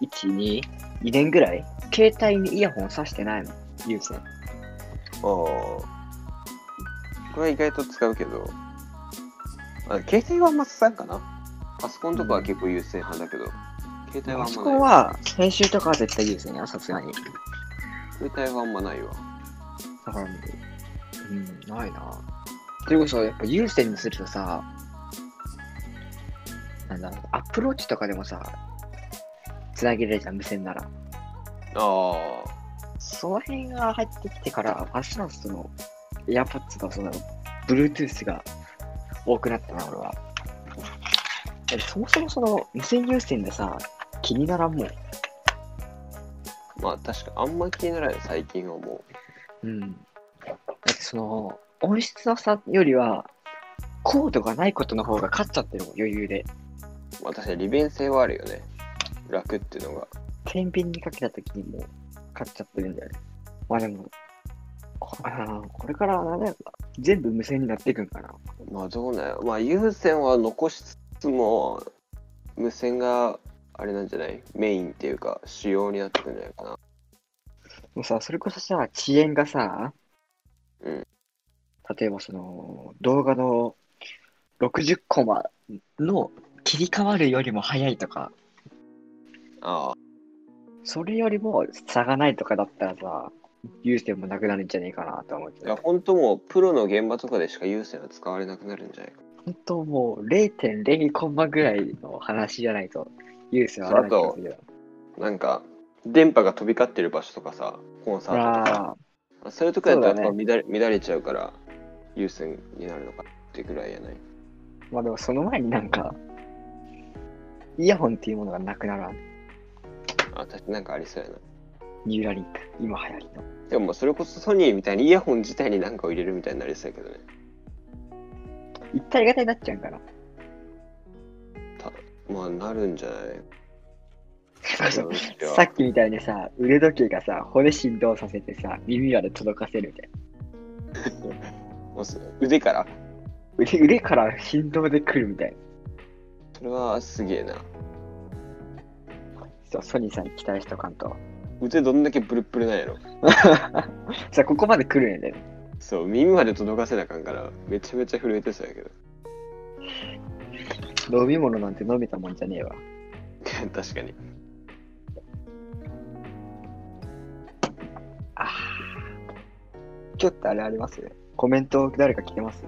Speaker 1: 1、2、2年ぐらい、携帯にイヤホン挿してないの、有線。
Speaker 2: うああこれは意外と使うけどあ携帯はあんま使うかなパソコンとかは結構優先派だけど携帯はあんまない
Speaker 1: そこは、編集とかは絶対有線や、さすがに。
Speaker 2: 携帯はあんまないわ
Speaker 1: だからもう、うん、ないな。それこそ、やっぱ有線にするとさ、なんだろう、アップローチとかでもさ、つなげれるじゃん、無線なら。
Speaker 2: あ
Speaker 1: その辺が入ってきてから、ファッションスの AirPods とその Bluetooth が多くなったな、俺は。だってそもそもその無線優先でさ、気にならんもん。
Speaker 2: あまあ確かあんま気にならない最近はも
Speaker 1: うん。だってその、音質の差よりは、コードがないことの方が勝っちゃってるもん、余裕で。
Speaker 2: うまあ確かに利便性はあるよね楽っていうのが
Speaker 1: 天秤にかけた時にもう勝っちゃってるんだよね。まあでも、こあーこれからなんだよな全部無線になっていくんかな。
Speaker 2: まあどうなんやまあ優先は残しつつも無線があれなんじゃないメインっていうか主要になってくるんじゃないかな
Speaker 1: もうさ、それこそさ、遅延がさ、
Speaker 2: うん
Speaker 1: 例えばその、動画の60コマの切り替わるよりも早いとか、
Speaker 2: ああ
Speaker 1: それよりも差がないとかだったらさ、優先もなくなるんじゃねえかなとは思うけ
Speaker 2: いや
Speaker 1: ど、
Speaker 2: 本当もうプロの現場とかでしか優先は使われなくなるんじゃないか
Speaker 1: 本当もう0.02コンマぐらいの話じゃないと、優先はあれない気がするよ
Speaker 2: なんか電波が飛び交ってる場所とかさ、コンサートとか、
Speaker 1: ああ、
Speaker 2: そういうとこやったらやっぱ
Speaker 1: そう
Speaker 2: 乱れ,、乱れちゃうから、優先になるのかってぐらいやない。
Speaker 1: まあでもその前になんか、イヤホンっていうものがなくならん。
Speaker 2: あ、確かになんかありそうやな。
Speaker 1: ニューラリンク、今流行りの。
Speaker 2: でもそれこそソニーみたいにイヤホン自体に何かを入れるみたいになりそうやけどね。
Speaker 1: 一体型になっちゃう から。
Speaker 2: まあなるんじゃない
Speaker 1: そうそう さっきみたいにさ、腕時計がさ、骨振動させてさ、耳まで届かせるみたいな。
Speaker 2: もうす腕から
Speaker 1: 腕腕から振動で来るみたいな。
Speaker 2: それはすげえな。
Speaker 1: そう、ソニーさんに期待しとかんと。
Speaker 2: 腕どんだけブルッブルなんやろ。
Speaker 1: さ、ここまで来るんやで。
Speaker 2: そう、耳まで届かせなあかんから、めちゃめちゃ震えてそうやけど。
Speaker 1: 飲み物なんて飲めたもんじゃねえわ。
Speaker 2: 確かに。
Speaker 1: あーちょっとあれありますコメント誰か来てます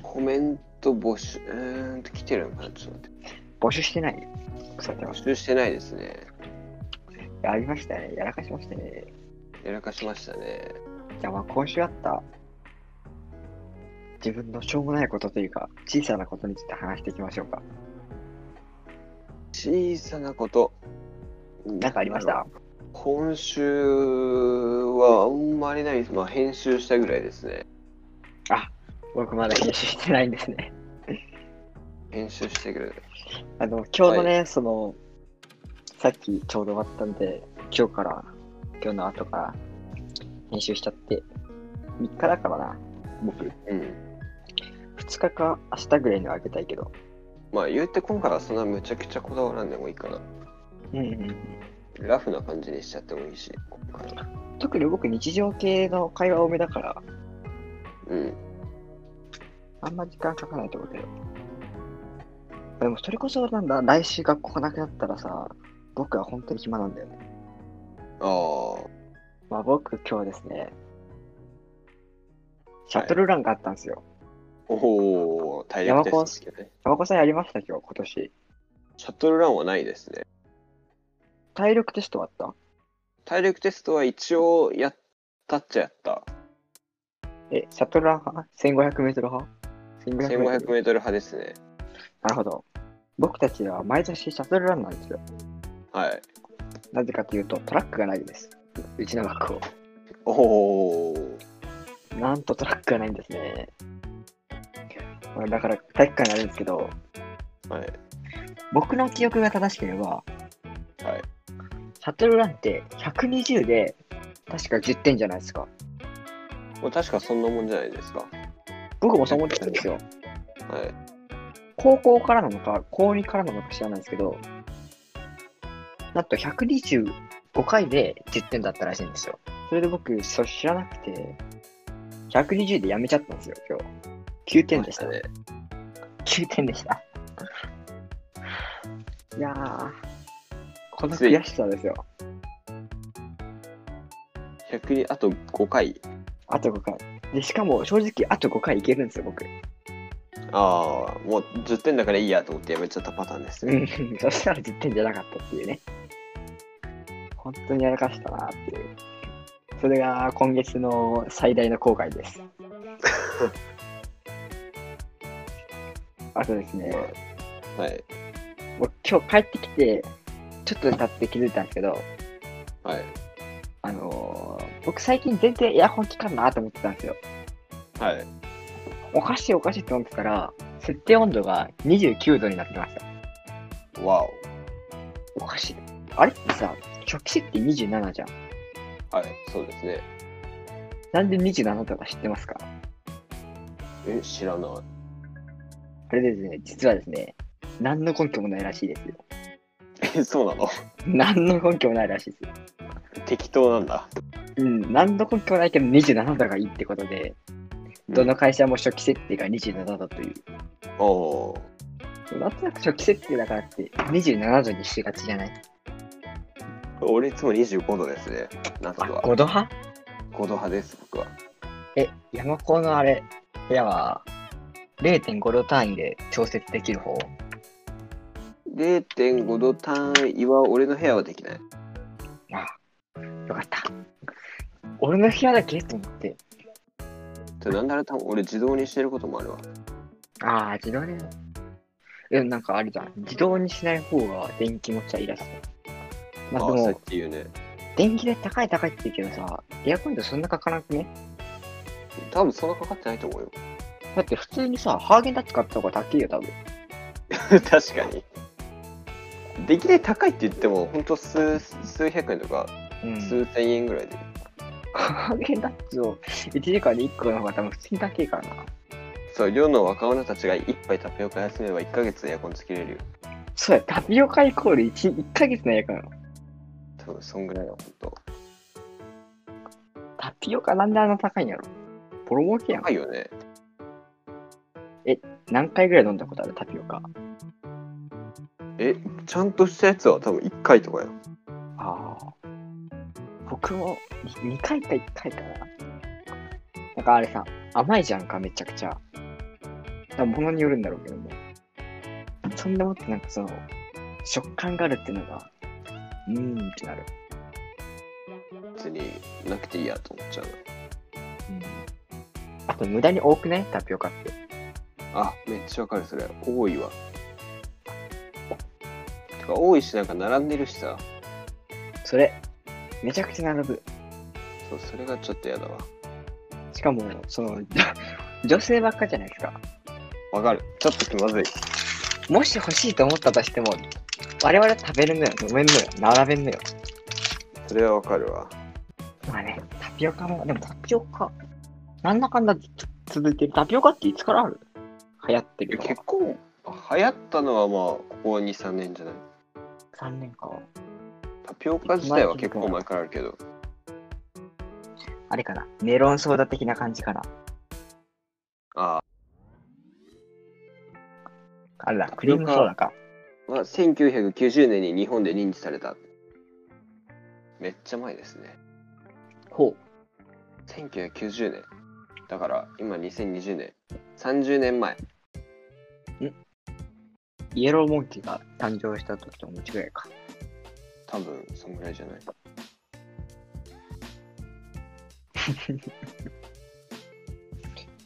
Speaker 2: コメント募集、うーんと来てるのかなちょっと待って。
Speaker 1: 募集してないさて
Speaker 2: 募集してないですね。
Speaker 1: やりましたね。やらかしましたね。
Speaker 2: やらかしましたね。
Speaker 1: じゃあまあ今週あった自分のしょうもないことというか、小さなことについて話していきましょうか。
Speaker 2: 小さなこと。
Speaker 1: なんかありました
Speaker 2: 今週はあんまりないです。まあ、編集したぐらいですね。
Speaker 1: 僕まだ編集してないんですね。
Speaker 2: 編集してぐらい。
Speaker 1: あの、今日のね、その、さっきちょうど終わったんで、今日から、今日の後から編集しちゃって、3日だからな、僕。
Speaker 2: うん。
Speaker 1: 2日か明日ぐらいにはあげたいけど。
Speaker 2: まあ、言うて今回はそんなむちゃくちゃこだわらんでもいいかな。
Speaker 1: うんうん。
Speaker 2: ラフな感じにしちゃってもいいし。今回は
Speaker 1: 特に僕日常系の会話多めだから、
Speaker 2: うん。
Speaker 1: あんま時間かかないと思うけど。でもそれこそなんだ、来週学校がなくなったらさ、僕は本当に暇なんだよね。
Speaker 2: あ
Speaker 1: まあ僕今日ですね、シャトルランがあったんですよ。
Speaker 2: あ。おお、体力テストですけどね。
Speaker 1: 山子さんやりました今日、今年。
Speaker 2: シャトルランはないですね。
Speaker 1: 体力テスト終わっ
Speaker 2: 体力テストは一応やったっちゃやった。
Speaker 1: たえ、シャトルラン派 ?1500 メートル派 ?1500
Speaker 2: 1500メートル派ですね。
Speaker 1: なるほど。僕たちは毎年シャトルランなんですよ。
Speaker 2: はい。
Speaker 1: なぜかというと、トラックがないんです。うちの学校。
Speaker 2: おお。
Speaker 1: なんとトラックがないんですね。だから体育館にあるんですけど、
Speaker 2: はい。
Speaker 1: 僕の記憶が正しければ、
Speaker 2: はい。
Speaker 1: シャトルランって120で、確か10点じゃないですか。
Speaker 2: もう確かそんなもんじゃないですか。
Speaker 1: 僕もそう思ってたんですよ。
Speaker 2: はい。
Speaker 1: 高校からなのか、高2からなのか知らないですけど、なんと125回で10点だったらしいんですよ。それで僕、それ知らなくて、120でやめちゃったんですよ、今日。9点でした。
Speaker 2: ね。
Speaker 1: 9点でした。いやー、この
Speaker 2: つい
Speaker 1: 悔しさですよ。
Speaker 2: 100にあと5回。
Speaker 1: あと5回。で、しかも正直、あと5回いけるんですよ、僕。
Speaker 2: ああ、もう10点だからいいやと思ってやめちゃったパターンです
Speaker 1: う
Speaker 2: ね。
Speaker 1: んそしたら10点じゃなかったっていうね。本当にやらかしたなっていう。それが今月の最大の後悔です。あとですね、
Speaker 2: はい。
Speaker 1: 僕今日帰ってきて、ちょっと経って気づいたんですけど、
Speaker 2: はい。
Speaker 1: あのー僕最近全然エアコン効かんなと思ってたんですよ。
Speaker 2: はい。
Speaker 1: おかしいおかしいと思ってたら、設定温度が29度になってました。
Speaker 2: わお。
Speaker 1: おかしい。あれってさ、初期設定27じゃん。
Speaker 2: はい。そうですね。
Speaker 1: なんで27とか知ってますか
Speaker 2: え、知らない。
Speaker 1: あれですね、実はですね、何の根拠もないらしいですよ。
Speaker 2: え、そうなの
Speaker 1: 何の根拠もないらしいですよ。
Speaker 2: 適当なんだ。
Speaker 1: うん、何の根拠もないけど27度がいいってことで、どの会社も初期設定が27度という。
Speaker 2: おお
Speaker 1: なんとなく初期設定だからって27度にしがちじゃない
Speaker 2: ー。俺いつも25度ですね。なんと
Speaker 1: あ、
Speaker 2: かは。
Speaker 1: 5度派
Speaker 2: 5度派です、僕は。
Speaker 1: え、山高のあれ、部屋は0.5度単位で調節できる方
Speaker 2: 0.5度単位は俺の部屋はできない。
Speaker 1: ああ、よかった。俺の部屋だけと思って。
Speaker 2: てなんだら多分俺自動にしてることもあるわ。
Speaker 1: ああ、自動で。でもなんかあるじゃん。自動にしない方が電気持ちはいいらしい。まあ
Speaker 2: あ
Speaker 1: でも
Speaker 2: さっ、き言うね。
Speaker 1: 電気代高い高いって言うけどさ、エアコンってそんなかかなくね
Speaker 2: 多分そんなかかってないと思うよ。
Speaker 1: だって普通にさ、ハーゲンダッツ買った方が高いよ、多分。
Speaker 2: 確かに。出来で高いって言っても、ほんと数数百円とか
Speaker 1: うん
Speaker 2: 数千円ぐらいで。
Speaker 1: ハーゲンダッツを1時間に1個の方が多分普通に高いからな。
Speaker 2: そう、寮の若者たちが一杯タピオカ休めば1ヶ月エアコンつけれるよ。
Speaker 1: そうや、タピオカイコール 1, 1ヶ月のやから。
Speaker 2: 多分そんぐらいだよ、ほんと。
Speaker 1: タピオカなんであんな高いんやろボロ儲けやん
Speaker 2: 高。いよね。
Speaker 1: 何回ぐらい飲んだことあるタピオカ。
Speaker 2: え、ちゃんとしたやつは多分1回とかよ。
Speaker 1: ああ。僕も 2, 回か1回かな。なんかあれさ、甘いじゃんか、めちゃくちゃ。多分物によるんだろうけども。そんでもってなんかその、食感があるっていうのが、うーんってなる。
Speaker 2: 別になくていいやと思っちゃう。
Speaker 1: うん、あと無駄に多くないタピオカって。
Speaker 2: あ、めっちゃわかる、それ。多いわ。てか、多いし、なんか並んでるしさ。
Speaker 1: それ、めちゃくちゃ並ぶ。
Speaker 2: そう、それがちょっとやだわ。
Speaker 1: しかも、その、 女性ばっかじゃないですか。
Speaker 2: わかる。ちょっと気まずい。
Speaker 1: もし欲しいと思ったとしても、我々は食べるのよ、飲めるのよ、並べんのよ。
Speaker 2: それはわかるわ。
Speaker 1: まあね、タピオカも、でもタピオカ、なんだかんだつ続いてる。タピオカっていつからある流行ってるの
Speaker 2: 結構、流行ったのはまあ、ここ2、3年じゃない。
Speaker 1: 3年か。
Speaker 2: タピオカ自体は結構前からあるけど。
Speaker 1: あれかな、メロンソーダ的な感じかな。
Speaker 2: あ
Speaker 1: あれだ、クリームソーダか。
Speaker 2: あ、まあ、1990年に日本で認知された。めっちゃ前ですね。
Speaker 1: ほ
Speaker 2: 1990年。だから、今2020年。30年前。
Speaker 1: う、イエローモンキーが誕生した時と同じぐらいか。
Speaker 2: 多分、そんぐらいじゃない。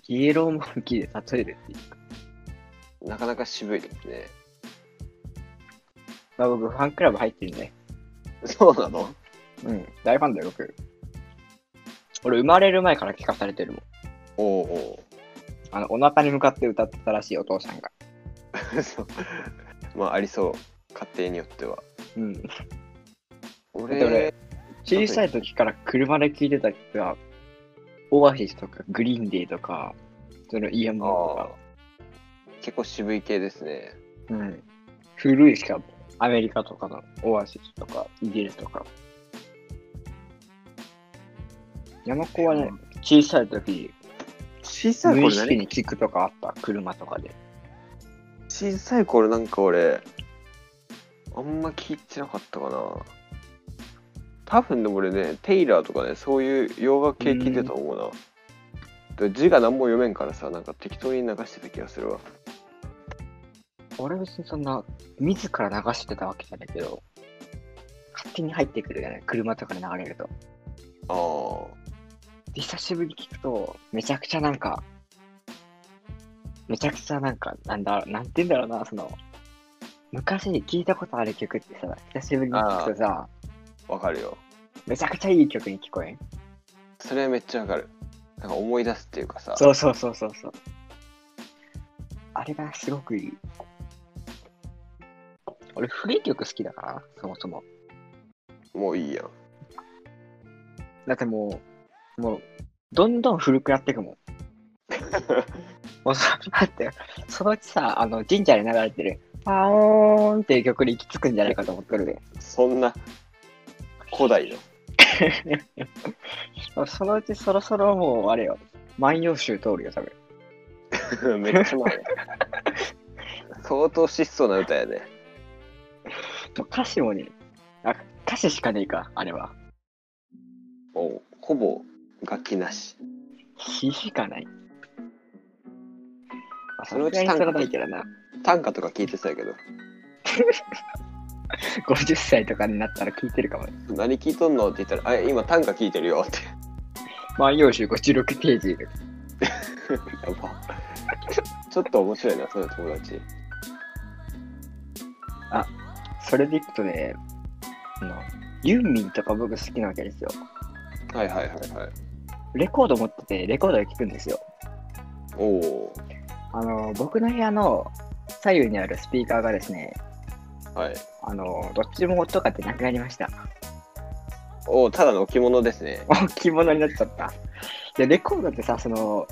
Speaker 1: イエローモンキーで例えるっていう。
Speaker 2: なかなか渋いですね。
Speaker 1: まあ僕、ファンクラブ入ってるね。
Speaker 2: そうなの
Speaker 1: うん、大ファンだよ、僕。俺、生まれる前から聞かされてるもん。
Speaker 2: おお
Speaker 1: あの、お腹に向かって歌ってたらしい、お父さんが。
Speaker 2: う。 そう。まあ、ありそう。家庭によっては。
Speaker 1: うん。
Speaker 2: 俺、
Speaker 1: だって小さい時から車で聴いてた曲は、オアシスとか、グリーンデーとか、そのイヤモン
Speaker 2: ああ。結構渋い系ですね。
Speaker 1: とか、うん。古いしかも、アメリカとかのオアシスとか、イギリスとか。山子はね、小さい時、
Speaker 2: 小さ
Speaker 1: 無意識に聞くとかあった、車とかで。
Speaker 2: 小さい頃なんか俺、あんま聞いてなかったかな。多分でも俺ね、テイラーとかね、そういう洋楽系聞いてたと思うな。で字が何も読めんからさ、なんか適当に流してた気がするわ。
Speaker 1: 俺別にそんな、自ら流してたわけじゃないけど、勝手に入ってくるよね、車とかで流れると。
Speaker 2: ああ。
Speaker 1: で、久しぶりに聞くと、めちゃくちゃなんか、めちゃくちゃなんか、なんだ、なんて言うんだろうな、その、昔に聞いたことある曲ってさ、久しぶりに聞くとさ、
Speaker 2: わかるよ。
Speaker 1: めちゃくちゃいい曲に聞こえん
Speaker 2: それはめっちゃわかる。なんか思い出すっていうかさ。
Speaker 1: そうそうそうそうそう。あれがすごくいい。俺、古い曲好きだからな、そもそも。
Speaker 2: もういいやん。
Speaker 1: だってもう、もう、どんどん古くなっていく もん。もうさ、待ってよ、そのうちさ、あの、神社で流れてる、パオーンっていう曲に行き着くんじゃないかと思ってるで。
Speaker 2: そんな、古代の。
Speaker 1: そのうちそろそろもう、あれよ、万葉集通るよ、多分。
Speaker 2: めっちゃ前。相当質素な歌やね。
Speaker 1: と歌詞もね、あ、歌詞しかねえか、あれは。
Speaker 2: もうほぼ楽器なし。
Speaker 1: 詩しかない。あ、
Speaker 2: そのうち
Speaker 1: さすがにそれはないけどな。
Speaker 2: 短歌とか聞いてたやけど。
Speaker 1: 50歳とかになったら聞いてるかもね。
Speaker 2: 何聞いとんのって言ったら、あ、今短歌聞いてるよって。
Speaker 1: 万葉集56ページ。
Speaker 2: やば。 ちょっと面白いな、その友達。
Speaker 1: それでいくとね、あのユーミンとか僕好きなわけですよ。
Speaker 2: はいはいはいはい。
Speaker 1: レコード持ってて、レコードで聴くんですよ。
Speaker 2: おお。
Speaker 1: あの、僕の部屋の左右にあるスピーカーがですね、
Speaker 2: はい。
Speaker 1: あの、どっちも音が出なくなりました。
Speaker 2: おお、ただの置物ですね。
Speaker 1: 着物になっちゃった。で、レコードってさ、その、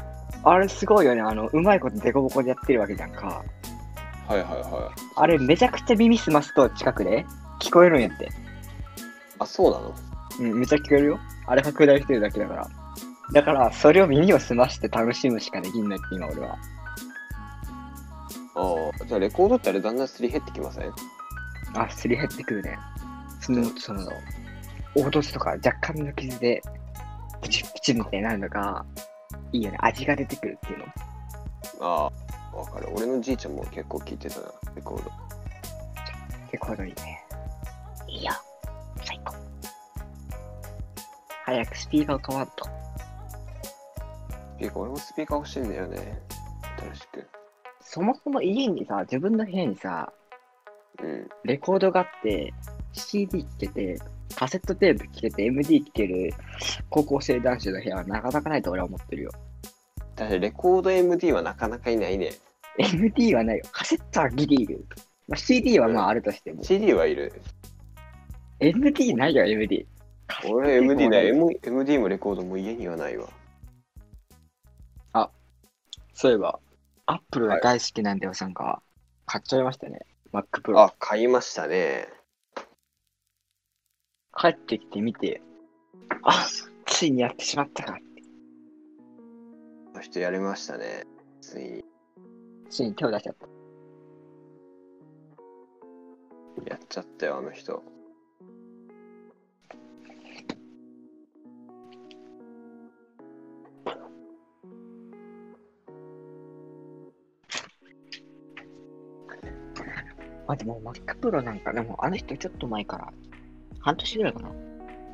Speaker 1: あれすごいよね。あの、うまいことデコボコでやってるわけじゃんか。
Speaker 2: はいはいは
Speaker 1: あれ、めちゃくちゃ耳すますと近くで聞こえるんやって。
Speaker 2: い。あ、そうなの
Speaker 1: うん、めっちゃ聞こえるよ。あれ拡大してるだけだから。だから、それを耳をすまして楽しむしかできんないって、今俺は。
Speaker 2: ああ、じゃあレコードってあれだんだんすり減ってきません
Speaker 1: あ、すり減ってくるね。その、その、凹凸とか若干の傷で、プチプチみたいになるのが、いいよね。味が出てくるっていうの。
Speaker 2: ああ、わかる。俺のじいちゃんも結構聞いてたな、レコード。
Speaker 1: レコードいいね。いいよ。最高。早くスピーカー変わんと。
Speaker 2: ていうか、俺もスピーカー欲しいんだよね。新しく。
Speaker 1: そもそも家にさ、自分の部屋にさ、
Speaker 2: うん。
Speaker 1: レコードがあって、CD 聴けて、カセットテープ聴けて、MD 聴ける高校生男子の部屋はなかなかないと俺は思ってるよ。
Speaker 2: だってレコード MD はなかなかいないね。
Speaker 1: MD はないよ。カセットはギリいる。まあ、CD はまああるとしても。
Speaker 2: CD はいる。
Speaker 1: MD ないよ、MD。
Speaker 2: 俺 MD ない。
Speaker 1: よ。
Speaker 2: M- MD もレコードも家にはないわ。
Speaker 1: そういえば、アップルが大好きなんだよ、さんが。買っちゃいましたね。Mac Pro。
Speaker 2: あ、買いましたね。
Speaker 1: 帰ってきてみて、あついにやってしまったか。
Speaker 2: そしてやりましたね。ついに。
Speaker 1: ついに手を出しちゃった。
Speaker 2: やっちゃったよ、あの人。
Speaker 1: まあでも Mac Pro なんか、でもあの人ちょっと前から、半年ぐらいかな。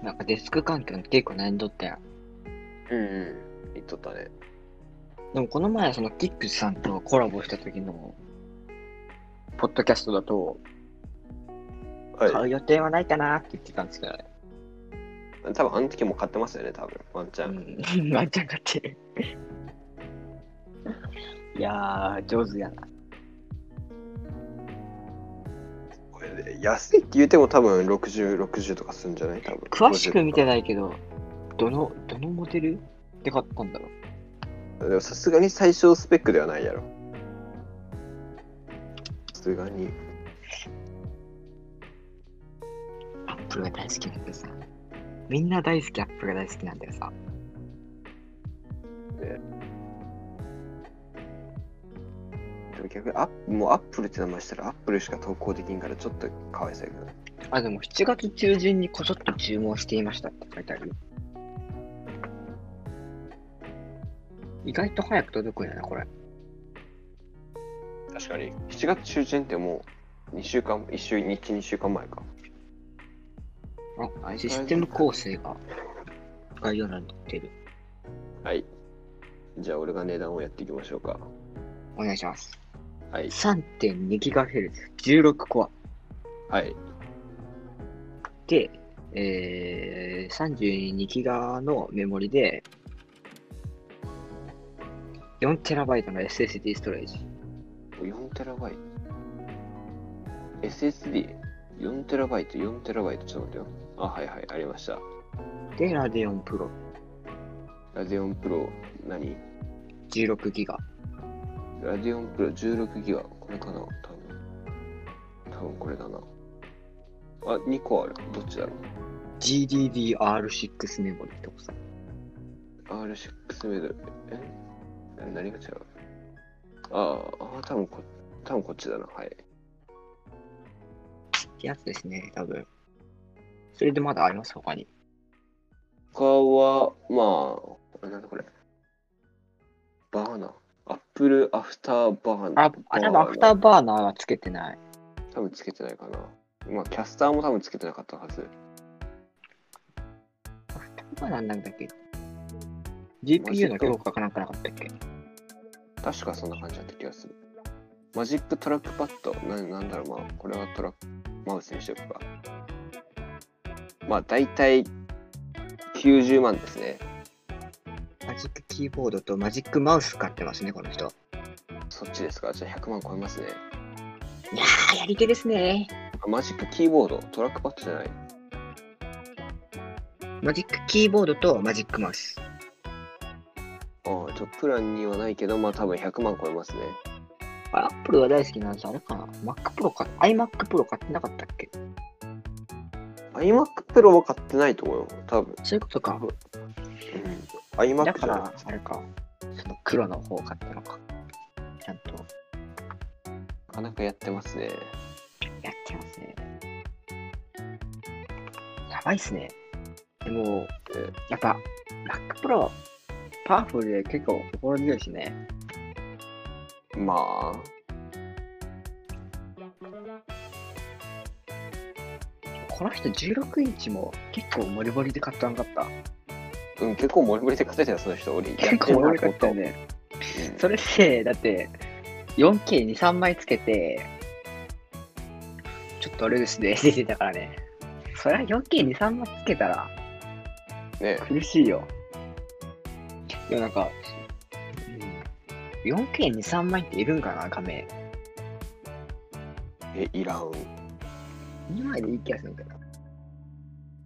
Speaker 1: なんかデスク環境に結構悩んどったやん。
Speaker 2: うんうん。言っとったね。
Speaker 1: でもこの前、そのキックスさんとコラボした時の、ポッドキャストだと、
Speaker 2: はい。
Speaker 1: 買う予定はないかなって言ってたんですけどね。
Speaker 2: 多分あの時も買ってますよね、多分ワンチャン。
Speaker 1: うん、ワンちゃん買ってる。いやー、上手やな。
Speaker 2: これで安いって言うても多分60、60とかするんじゃない多分
Speaker 1: 詳しく見て
Speaker 2: い。
Speaker 1: ないけど、どの、どのモデルで買ったんだろう。
Speaker 2: でもさすがに最小スペックではないやろ。さすがに。
Speaker 1: アップルが大好きなんだよさ。みんな大好き、アップルが大好きなんだよさ。
Speaker 2: でも逆にアップ、もうアップルって名前したらアップルしか投稿できんからちょっとかわいそうやけどね。
Speaker 1: あ、でも7月中旬にこそっと注文していましたって書いてあるよ。意外と早く届くんやな、これ。
Speaker 2: 確かに。7月中旬ってもう2週間、1週、1、2週間前か。
Speaker 1: あ、システム構成が概要欄に載ってる。
Speaker 2: はい。じゃあ俺が値段をやっていきましょうか。
Speaker 1: お願いします。
Speaker 2: はい。
Speaker 1: 3.2GHz、16コア。
Speaker 2: はい。
Speaker 1: で、えー、32ギガのメモリで、4TB の SSD ストレージ。
Speaker 2: 4テラバイト。SSD。4テラバイト、4テラバイト。ちょっと待ってよ。あ、はいはい、ありました。
Speaker 1: で、ラデオンプロ
Speaker 2: ラデオンプロ、何
Speaker 1: 16ギガ。
Speaker 2: ラデオンプロ16ギガ。これかな多分。多分これだな。あ、2個ある。どっちだろう
Speaker 1: GDDR6 メモリとかさ。
Speaker 2: ?R6 メドル。ええ何が違うあーあー、多分こ、多分こっちだな。はい。
Speaker 1: ってやつですね、多分。それでまだあります、他に。
Speaker 2: 他は、まあ、あれなんだこれ。バーナー。アップルアフターバーナー。
Speaker 1: あ、あ多分アフターバーナーはつけてない。
Speaker 2: 多分つけてないかな。まあ、キャスターも多分つけてなかったはず。
Speaker 1: 今何なんだっけ ?GPU の強化かなんかなかったっけ
Speaker 2: 確かそんな感じだった気がする。マジックトラックパッド。ななんだろう、まあ、これはトラック、マウスにしておくか。まあ、大体90万ですね。
Speaker 1: マジックキーボードとマジックマウス買ってますね、この人。
Speaker 2: そっちですか。じゃあ100万超えますね。
Speaker 1: いやー、やり手ですね。
Speaker 2: あマジックキーボード、トラックパッドじゃない。
Speaker 1: マジックキーボードとマジックマウス。
Speaker 2: ああ、トップランにはないけど、まあ多分100万超えますね。
Speaker 1: あ Apple が大好きなんですあれかな ?Mac Pro か、iMac Pro 買ってなかったっけ
Speaker 2: iMac Pro は買ってないと思うよ。多分。
Speaker 1: そういうことか。
Speaker 2: iMac
Speaker 1: だか
Speaker 2: じゃない
Speaker 1: ら、あれか。その黒の方買ったのか。ちゃんと
Speaker 2: なかなかやってますね。
Speaker 1: やってますね。やばいっすね。でも、
Speaker 2: え
Speaker 1: やっぱ、Mac Pro、パワフルで結構心強いしね。
Speaker 2: まあ、
Speaker 1: この人16インチも結構モリモリで買ったんかった。
Speaker 2: うん、結構モリモリで勝てたよ、その人。 俺、やって
Speaker 1: 結
Speaker 2: る
Speaker 1: 構モリモリ買
Speaker 2: な
Speaker 1: っ
Speaker 2: と
Speaker 1: たよ
Speaker 2: 思っ
Speaker 1: ね。
Speaker 2: たうん
Speaker 1: それって、だって、4K に3枚つけて、ちょっとあれですね、 出てたからね。そりゃ 4K に3枚つけたら
Speaker 2: ね、
Speaker 1: 苦しいよ。でもなんか、うん、4K に3枚っているんかな、画面。
Speaker 2: え、いらん。
Speaker 1: 2枚でいい気がするんだけど。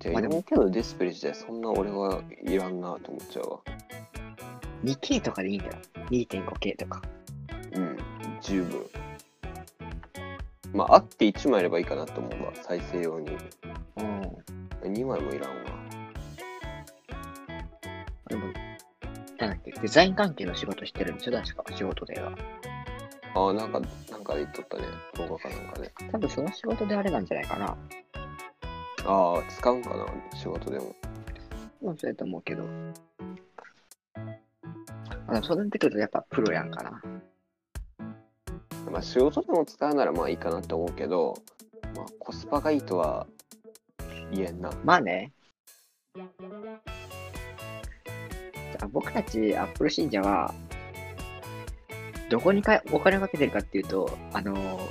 Speaker 2: じゃ
Speaker 1: ま
Speaker 2: あ、
Speaker 1: あでも
Speaker 2: 4K のディスプレイ自体、そんな俺はいらんなと思っちゃうわ。
Speaker 1: 2K とかでいいんだよ。2.5K とか。
Speaker 2: うん、十分。まあ、あって1枚あればいいかなと思うわ、再生用に。
Speaker 1: うん。
Speaker 2: 2枚もいらんわ。
Speaker 1: でも、なんだっけ、デザイン関係の仕事してるんでしょ確か、仕事では。
Speaker 2: ああ、なんか、なんか言っとったね、動画かなんかね。
Speaker 1: 多分その仕事であれなんじゃないかな。
Speaker 2: ああ、使うんかな、仕事でも。
Speaker 1: うん、そうやと思うけど。あの、そうなってくるとやっぱプロやんかな。
Speaker 2: まあ、仕事でも使うならまあいいかなって思うけど、まあ、コスパがいいとは言えんな。
Speaker 1: まあね。じゃあ僕たちアップル信者は、どこにかお金をかけてるかっていうと、あのー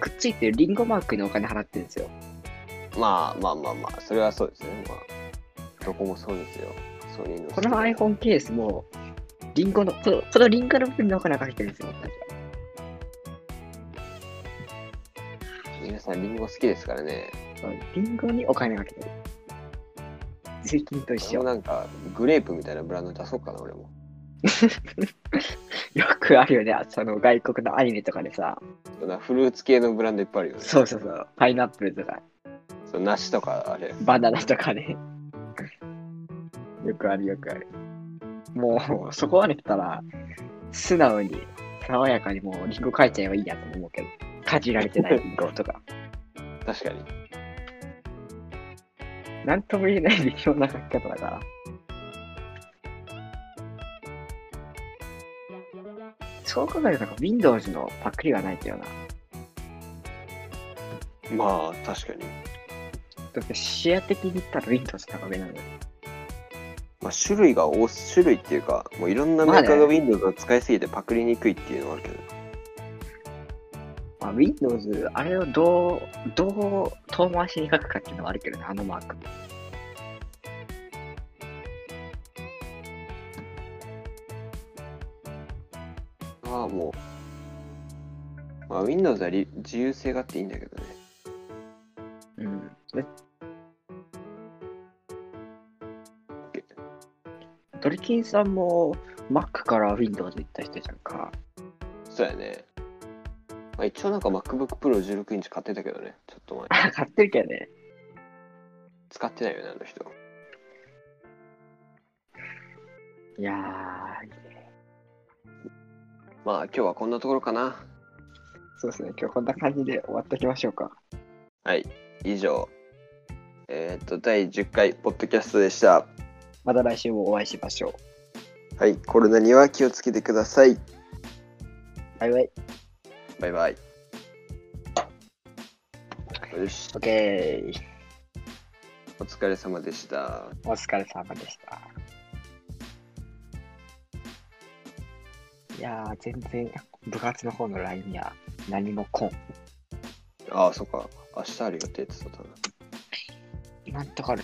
Speaker 1: くっついてるリンゴマークにお金払ってるんですよ。
Speaker 2: まあまあまあまあ、それはそうですね。まあ、どこもそうですよ。ソニーの。
Speaker 1: この iPhone ケースも、リンゴの、このこのリンゴの部分にお金をかけてるんですよ、僕たちは
Speaker 2: 皆さん、リンゴ好きですからね。
Speaker 1: リンゴにお金かけてる。税金と一
Speaker 2: 俺も
Speaker 1: 緒。
Speaker 2: なんか、グレープみたいなブランド出そうかな、俺も。
Speaker 1: よくあるよね。その外国のアニメとかでさ。
Speaker 2: そうだフルーツ系のブランドいっぱいあるよね。
Speaker 1: そうそうそう。パイナップルとか、
Speaker 2: そう梨とか、あれ。
Speaker 1: バナナとかね。よくあるよくある。もう、そこまで来たら、素直に、爽やかにもうリンゴ書いちゃえばいいやと思うけど。かじられてないリンゴとか。
Speaker 2: 確かに。
Speaker 1: なんとも言えない微妙な書き方だから。そう考えるとなんか Windows のパックリはないけどな。
Speaker 2: まあ、確かに。
Speaker 1: だって視野的に言ったら Windows 高めなので。
Speaker 2: まあ、種類が多す、種類っていうか、もういろんなメーカーが Windows を使いすぎてパクりにくいっていうのはあるけど。
Speaker 1: まあ、Windows、あれをどう、どう遠回しに書くかっていうのはあるけどね、あのマーク。
Speaker 2: ああ、もう。まあ、Windows はり自由性があっていいんだけどね。
Speaker 1: うん。でドリキンさんも Mac から Windows 行った人じゃんか。
Speaker 2: そうやね。まあ、一応なんか MacBook Pro 16インチ買ってたけどね。ちょっと前。
Speaker 1: あ買ってるけどね。
Speaker 2: 使ってないよね、あの人。
Speaker 1: いや
Speaker 2: まあ、今日はこんなところかな。
Speaker 1: ー、そうですね、今日こんな感じで終わっておきましょうか。
Speaker 2: 以上。えーっと、第10回、ポッドキャストでした。
Speaker 1: また来週もお会いしましょう。
Speaker 2: はい、コロナには気をつけてください。
Speaker 1: バイバイ。
Speaker 2: バイバイ。よし
Speaker 1: OK。
Speaker 2: お疲れ様でした
Speaker 1: お疲れ様でした。いやー、全然部活の方の LINE や何も来ん。
Speaker 2: ああそっか明日ある予定って言ってたな
Speaker 1: なんとか